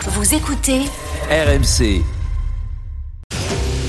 Vous écoutez RMC,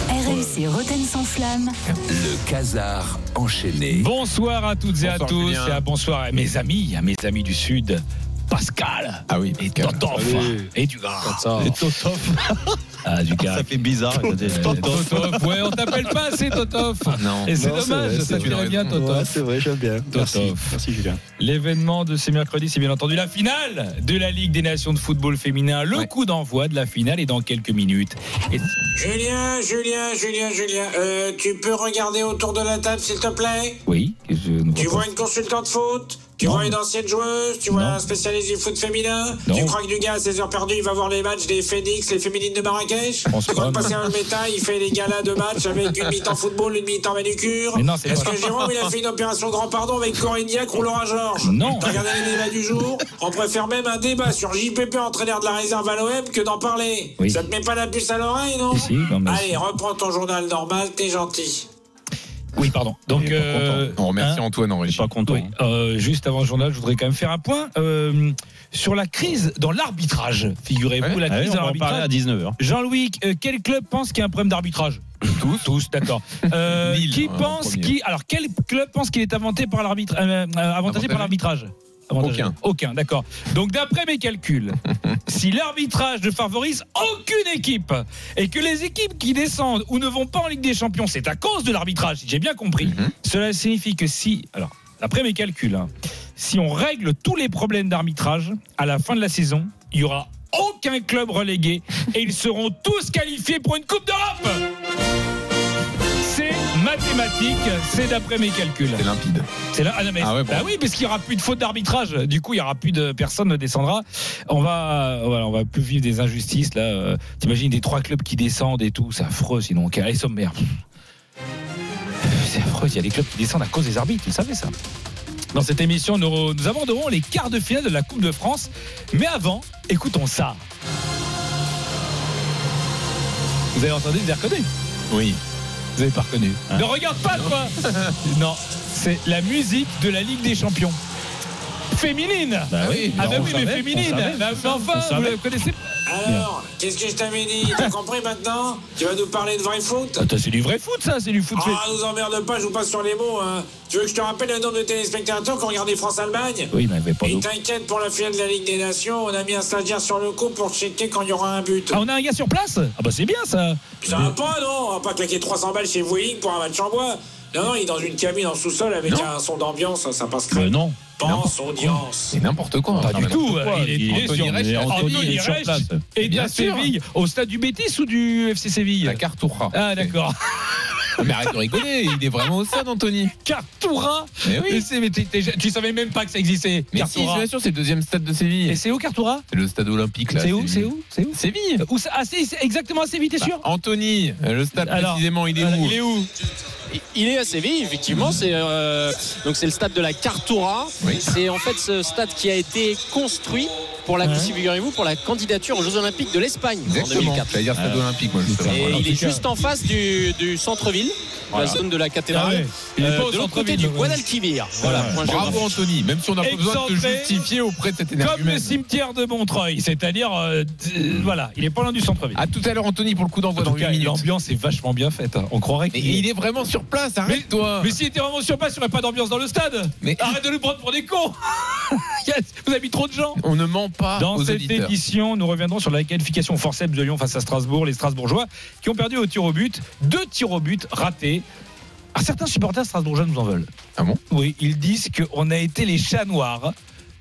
RMC Roten sans flamme. le casar enchaîné. Bonsoir à toutes et à Bonsoir, tous Julien. et à bonsoir à mes amis, à mes amis du Sud, Pascal Ah oui, et Pascal. Totoff Salut. et Dugas. Et Totoff, Ah, Dugas. ça fait bizarre. écoutez. Euh, Totoff. Totoff, ouais, on t'appelle pas assez Totoff. Ah Non. Et c'est Non, c'est dommage, vrai, ça c'est te une irait raison. bien Ouais, Totoff. c'est vrai, j'aime bien. Merci. Totoff. Merci Julien. L'événement de ce mercredi, c'est bien entendu la finale de la Ligue des Nations de football féminin. Le coup d'envoi de la finale est dans quelques minutes. Et Julien, Julien, Julien, Julien, euh, tu peux regarder autour de la table, s'il te plaît oui, que je ne Tu vois vois pas. une consultante foot Tu Non. vois une ancienne joueuse Tu Non. vois un spécialiste du foot féminin Non. Tu crois que du gars à 16 heures perdues, il va voir les matchs des Phoenix, les féminines de Marrakech pense Tu crois que pas, passer un méta, il fait les galas de matchs avec une mi-temps football, une mi-temps manucure Mais non, c'est Est-ce pas- que Jérôme, il a fait une opération grand pardon avec Corignac ou Laura Georges Non. T'as regardé les débats du jour On préfère même un débat sur JPP, entraîneur de la réserve à l'OM, que d'en parler. Oui. Ça te met pas la puce à l'oreille, non Si, si, non, mais- Allez, reprends ton journal normal, t'es gentil. Oui, pardon. Donc, euh, On remercie hein, Antoine Henri. pas content. hein. hein. Euh, juste avant le journal, je voudrais quand même faire un point euh, sur la crise dans l'arbitrage. Figurez-vous, Ouais, Ah la crise dans l'arbitrage. 19h. Jean-Louis, euh, quel club pense qu'il y a un problème d'arbitrage Tous. Tous, d'accord. Euh, Lille, qui hein, en pense premier. qui Alors, quel club pense qu'il est inventé par l'arbitre, euh, euh, avantagé Avantagé par l'arbitrage Avantagé. Aucun. Aucun, d'accord. Donc, d'après mes calculs, si l'arbitrage ne favorise aucune équipe et que les équipes qui descendent ou ne vont pas en Ligue des Champions, c'est à cause de l'arbitrage, si j'ai bien compris. Cela signifie que si. Alors, d'après mes calculs, hein, si on règle tous les problèmes d'arbitrage, à la fin de la saison, il y aura aucun club relégué et ils seront tous qualifiés pour une Coupe d'Europe. C'est mathématique, c'est d'après mes calculs. C'est limpide. C'est là. Ah, non, mais- Ah ouais, bon. bah oui, parce qu'il n'y aura plus de faute d'arbitrage. Du coup, il n'y aura plus de personne ne descendra. On va, voilà, on va plus vivre des injustices là. Euh, T'imagines des trois clubs qui descendent et tout, c'est affreux. Sinon, ok, allez sommaire. C'est affreux. Il y a des clubs qui descendent à cause des arbitres. Vous le savez ça. Dans cette émission, nous, nous aborderons les quarts de finale de la Coupe de France. Mais avant, écoutons ça. Vous avez entendu, vous avez reconnu Oui. vous avez pas reconnu. Ah. Ne regarde pas, toi Non, c'est la musique de la Ligue des Champions. Féminine Ah oui. Ah, bah non, oui, ça- mais féminine Bah, mais Enfin, vous la connaissez Alors, qu'est-ce que je t'avais dit T'as compris maintenant Tu vas nous parler de vrai foot Attends, c'est du vrai foot, ça, c'est du foot Ah, nous emmerde pas, je vous passe sur les mots. hein. Tu veux que je te rappelle le nombre de téléspectateurs qui ont regardé France-Allemagne Oui, il n'avait pas Et d'eau. t'inquiète pour la finale de la Ligue des Nations, on a mis un stagiaire sur le coup pour checker quand il y aura un but. Ah, on a un gars sur place Ah, bah c'est bien, ça Ça va pas, non On va pas claquer 300 balles chez Vueling pour un match en bois. Non, non, il est dans une cabine en sous-sol avec un son d'ambiance, ça passe crème. Euh, non. Pense, audience. C'est n'importe quoi. Pas Non, du Ah, mais tout n'importe quoi. Il est, il est Anthony sur Reich, Anthony, Anthony, il est sur place. Et Bien à sûr. Séville, au stade du Bétis ou du FC Séville La Cartoura. Ah, d'accord. Mais arrête de rigoler, il est vraiment au stade, Anthony. Cartoura Mais Et oui. c'est- mais t'es- t'es- Tu savais même pas que ça existait, Mais si, Cartoura. bien sûr, c'est le deuxième stade de Et Séville. c'est où, Cartoura C'est le stade olympique, là. C'est où C'est Séville. où C'est où Séville. Où ça- ah, c'est c'est exactement assez vite, t'es sûr Bah, Anthony, euh, le stade Alors, précisément, il est Voilà, où Il est où Il est à Séville, effectivement. C'est euh, donc c'est le stade de la Cartoura. Oui. C'est en fait ce stade qui a été construit pour la, Ouais. si figurez-vous, pour la candidature aux Jeux Olympiques de l'Espagne en Exactement. 2004. J'allais dire Euh, stade olympique, moi, justement. Et Voilà. il est Ah, tout cas- juste en face du, du centre-ville, la zone de la cathédrale. Ah ouais. Il est Euh, pas au de l'autre côté centre-ville, du ouais. Guadalquivir. Voilà. Ouais. point Bravo, géographique. Anthony. Même si on n'a pas besoin de te Excentré. justifier auprès de cette énergie. Comme le cimetière de Montreuil, c'est-à-dire, euh, d- voilà, il est pas loin du centre-ville. À tout à l'heure, Anthony, pour le coup d'envoi En Ah, dans tout 8 cas, minutes. l'ambiance est vachement bien faite. hein. On croirait Mais qu'il il est- est vraiment sur place, arrête-toi. Mais s'il était vraiment sur place, il n'y aurait pas d'ambiance dans le stade. Mais- Arrête de nous prendre pour des cons. Yes, Vous avez mis trop de gens. On ne ment pas Dans Ah, aux cette auditeurs. édition, nous reviendrons sur la qualification au forceps de Lyon face à Strasbourg, les Strasbourgeois qui ont perdu au tir au but, deux tirs au but ratés. Ah, certains supporters strasbourgeois nous en veulent. Ah bon Oui, ils disent qu'on a été les chats noirs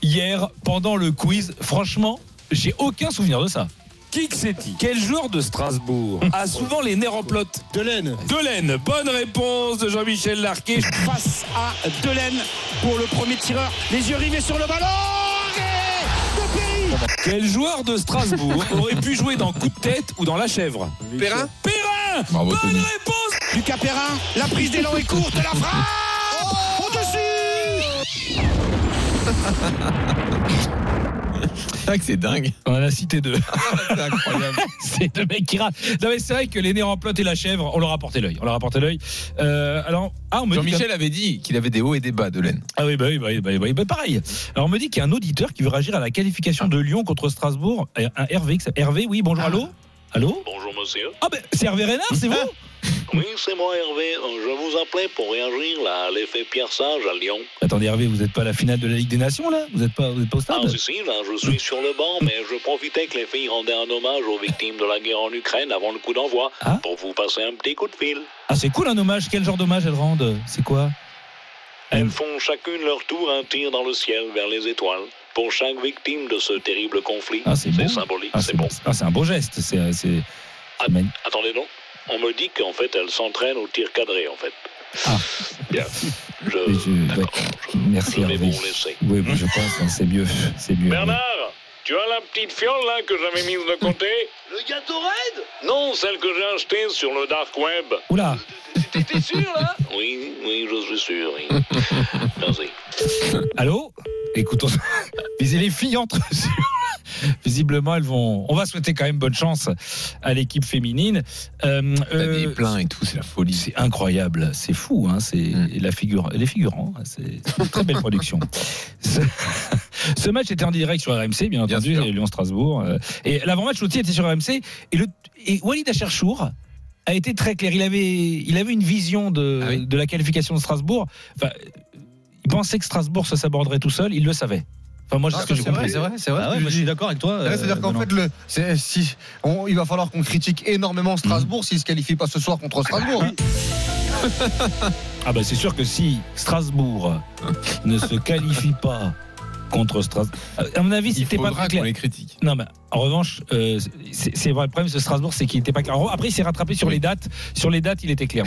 hier pendant le quiz. Franchement, j'ai aucun souvenir de ça. Kixetti, quel joueur de Strasbourg a souvent les nerfs en pelote Delaine. Delaine, bonne réponse de Jean-Michel Larquet. face à Delaine pour le premier tireur. Les yeux rivés sur le ballon. Et de Perry. Quel joueur de Strasbourg aurait pu jouer dans Coup de tête ou dans La Chèvre Perrin. Perrin Bravo, Bonne Tony. réponse Lucas Perrin. La prise d'élan est courte. La frappe au-dessus. C'est vrai que c'est dingue. On en a cité deux. C'est incroyable. c'est deux mecs qui ratent. Non, mais c'est vrai que les néramplotes et la chèvre, on leur a porté l'œil. On leur a porté l'œil. Euh, alors, ah, on me dit Jean-Michel avait dit qu'il avait des hauts et des bas de laine. Ah oui, bah oui, bah oui, bah oui, bah oui, bah pareil. Alors on me dit qu'il y a un auditeur qui veut réagir à la qualification de Lyon contre Strasbourg. Un un Hervé, qui s'appelle- Hervé, oui, bonjour, allô Allô Bonjour monsieur. Ah ben c'est Hervé Renard, c'est vous Oui, c'est moi Hervé. Euh, Je vous appelais pour réagir là, à l'effet Pierre Sage à Lyon. Attendez Hervé, vous n'êtes pas à la finale de la Ligue des Nations là Vous n'êtes pas, vous êtes pas au Ah stade si, si, là, je suis sur le banc, mais je profitais que les filles rendaient un hommage aux victimes de la guerre en Ukraine avant le coup d'envoi Ah. pour vous passer un petit coup de fil. Ah c'est cool un hommage, quel genre d'hommage elles rendent C'est quoi Elles font chacune leur tour un tir dans le ciel vers les étoiles pour chaque victime de ce terrible conflit. Ah, c'est beau. symbolique, Ah, c'est bon. ah, c'est un beau geste, c'est... c'est- Ah, c'est magn- Attendez donc. On me dit qu'en fait, elles s'entraînent au tir cadré, en fait. Ah. Bien. Je, Et je- d'accord, je- Merci je vais Hervé. vous laisser. Oui, bon, je pense, hein, c'est mieux, c'est mieux. Bernard, tu as la petite fiole là que j'avais mise de côté Le gâteau raide Non, celle que j'ai achetée sur le dark web. Oula, T'es sûr là Oui, oui, je suis sûr. oui. Merci. allô Écoutons. Mais les filles entre eux sur- Visiblement, elles vont. On va souhaiter quand même bonne chance à l'équipe féminine. Euh, T'as euh, des pleins et tout, c'est la folie. C'est incroyable, c'est fou, hein, c'est Mm. la figure, les figurants, hein, c'est c'est une très belle production. ce, ce match était en direct sur RMC, bien Bien entendu, sûr. Lyon-Strasbourg. euh, et l'avant-match aussi était sur RMC. Et, le, et Walid Acharchour a été très clair. Il avait, il avait une vision de, Ah oui. de la qualification de Strasbourg. Enfin, il pensait que Strasbourg se s'aborderait tout seul, il le savait. Enfin, Ah, moi, c'est ce que j'ai compris. vrai, c'est vrai. Ah ouais, moi je suis d'accord avec toi. Ouais, euh, C'est-à-dire qu'en Bernard. fait, le, c'est- si, on- il va falloir qu'on critique énormément Mhm. Strasbourg s'il ne se qualifie pas ce soir contre Strasbourg. Ah ben c'est sûr que si Strasbourg ne se qualifie pas contre Strasbourg, à mon avis, Il c'était pas très faudra qu'on clair. les critique. Non, mais en revanche, euh, c'est c'est vrai. Le problème de Strasbourg, c'est qu'il n'était pas clair. En re- Après, il s'est rattrapé sur les dates. Sur les dates, il était clair.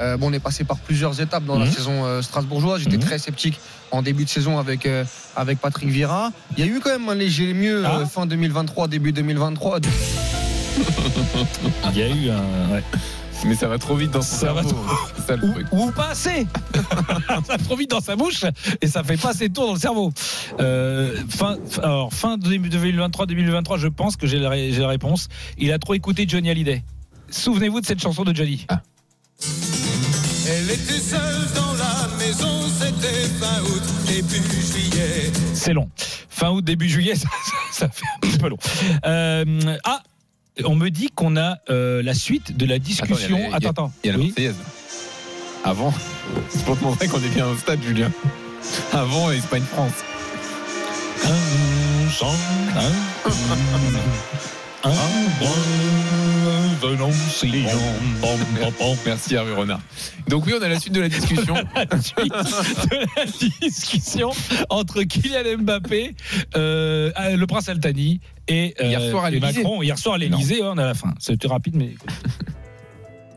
Euh, bon, on est passé par plusieurs étapes dans la Mhm. saison euh, strasbourgeoise. J'étais Mhm. très sceptique en début de saison avec, euh, avec Patrick Vieira. Il y a eu quand même un léger mieux Ah. euh, fin 2023, début 2023. Ah. Il y a eu un. ouais. Mais ça va trop vite dans son Ça va cerveau. C'est ça le Ou, truc. ou pas assez. ça va trop vite dans sa bouche et ça fait pas assez de tours dans le cerveau. Euh, fin, fin- alors, fin 2023-2023, je pense que j'ai la, ré- j'ai la réponse. Il a trop écouté Johnny Hallyday. Souvenez-vous de cette chanson de Johnny. Elle était seule dans la maison, c'était fin août, début juillet. C'est long. Fin août, début juillet, ça, ça- ça fait un petit peu long. Euh, ah, on me dit qu'on a euh, la suite de la discussion. Attends, il y a- il y attends, a- attends. Il y a la Oui. Marseillaise. Avant, c'est pour te montrer qu'on est bien au stade, Julien. Avant, Espagne-France. Un chant, un- un bon annonciation. Pom, pom, pom. Merci Hervé Renard. Donc oui, on a la suite de la discussion. La suite de la discussion entre Kylian Mbappé, euh, euh, le prince Altani et, euh, Hier soir à et l'Élysée. Macron. Hier soir à l'Elysée, on a la fin. C'était rapide, mais.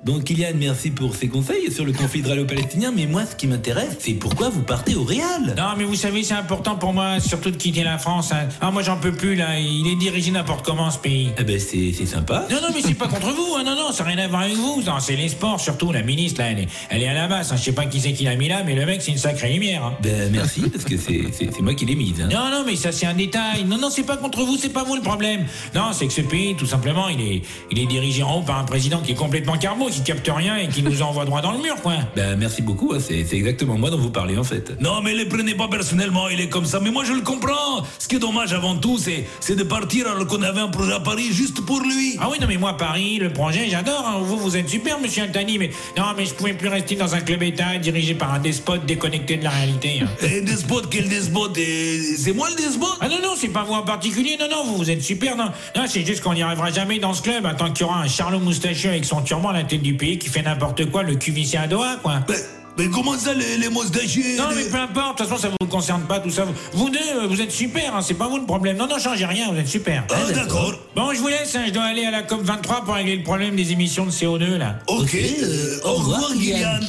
Donc Kylian, merci pour ces conseils sur le conflit israélo-palestinien, mais moi ce qui m'intéresse, c'est pourquoi vous partez au Real Non, mais vous savez, c'est important pour moi, surtout de quitter la France. hein. Ah, moi, j'en peux plus, là. Il est dirigé n'importe comment, ce pays. Eh ben c'est c'est sympa. Non, non, mais c'est pas contre vous. hein. Non, non, ça n'a rien à voir avec vous. Non, c'est les sports, surtout. La ministre, là, elle est, elle est à la masse. hein. Je sais pas qui c'est qui l'a mis là, mais le mec, c'est une sacrée lumière. hein. Ben merci, parce que c'est c'est- c'est moi qui l'ai mise. hein. Non, non, mais ça, c'est un détail. Non, non, c'est pas contre vous, c'est pas vous le problème. Non, c'est que ce pays, tout simplement, il est, il est dirigé en haut par un président qui est complètement carbo, qui capte rien et qui nous envoie droit dans le mur, quoi. Ben merci beaucoup, hein, c'est c'est exactement moi dont vous parlez en fait. Non mais les prenez pas personnellement, il est comme ça, mais moi je le comprends. Ce qui est dommage avant tout, c'est c'est de partir alors qu'on avait un projet à Paris juste pour lui. Ah oui, non, mais moi, Paris, le projet, j'adore. hein. Vous, vous êtes super, monsieur Altani, mais non, mais je pouvais plus rester dans un club état dirigé par un despote déconnecté de la réalité. hein. Et despote, quel despote Et C'est moi le despote Ah non, non, c'est pas vous en particulier, non, non, vous, vous êtes super, non. Non, c'est juste qu'on n'y arrivera jamais dans ce club, hein, tant qu'il y aura un Charlot moustachieux avec son turban à la tête du pays qui fait n'importe quoi, le cul vissé à Doha, quoi. mais, Ben, mais comment ça les, les moustachiers Non, les- mais peu importe, de toute façon, ça vous concerne pas, tout ça. Vous- Vous deux, euh, vous êtes super, hein, c'est pas vous le problème. Non, non, changez rien, vous êtes super. Ah d'accord. Bon, je vous laisse, hein, je dois aller à la COP23 pour régler le problème des émissions de CO2, là. Ok, euh, au revoir Guyane.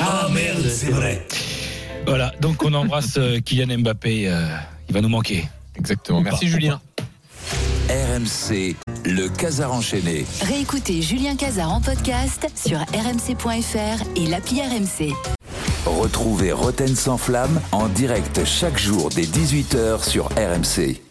Ah merde, c'est vrai. Voilà, donc on embrasse euh, Kylian Mbappé. euh, il va nous manquer. Exactement. Merci Julien. RMC, le Casar enchaîné. Réécoutez Julien Cazard en podcast sur rmc.fr et l'appli RMC. Retrouvez Roten sans flamme en direct chaque jour dès 18h sur RMC.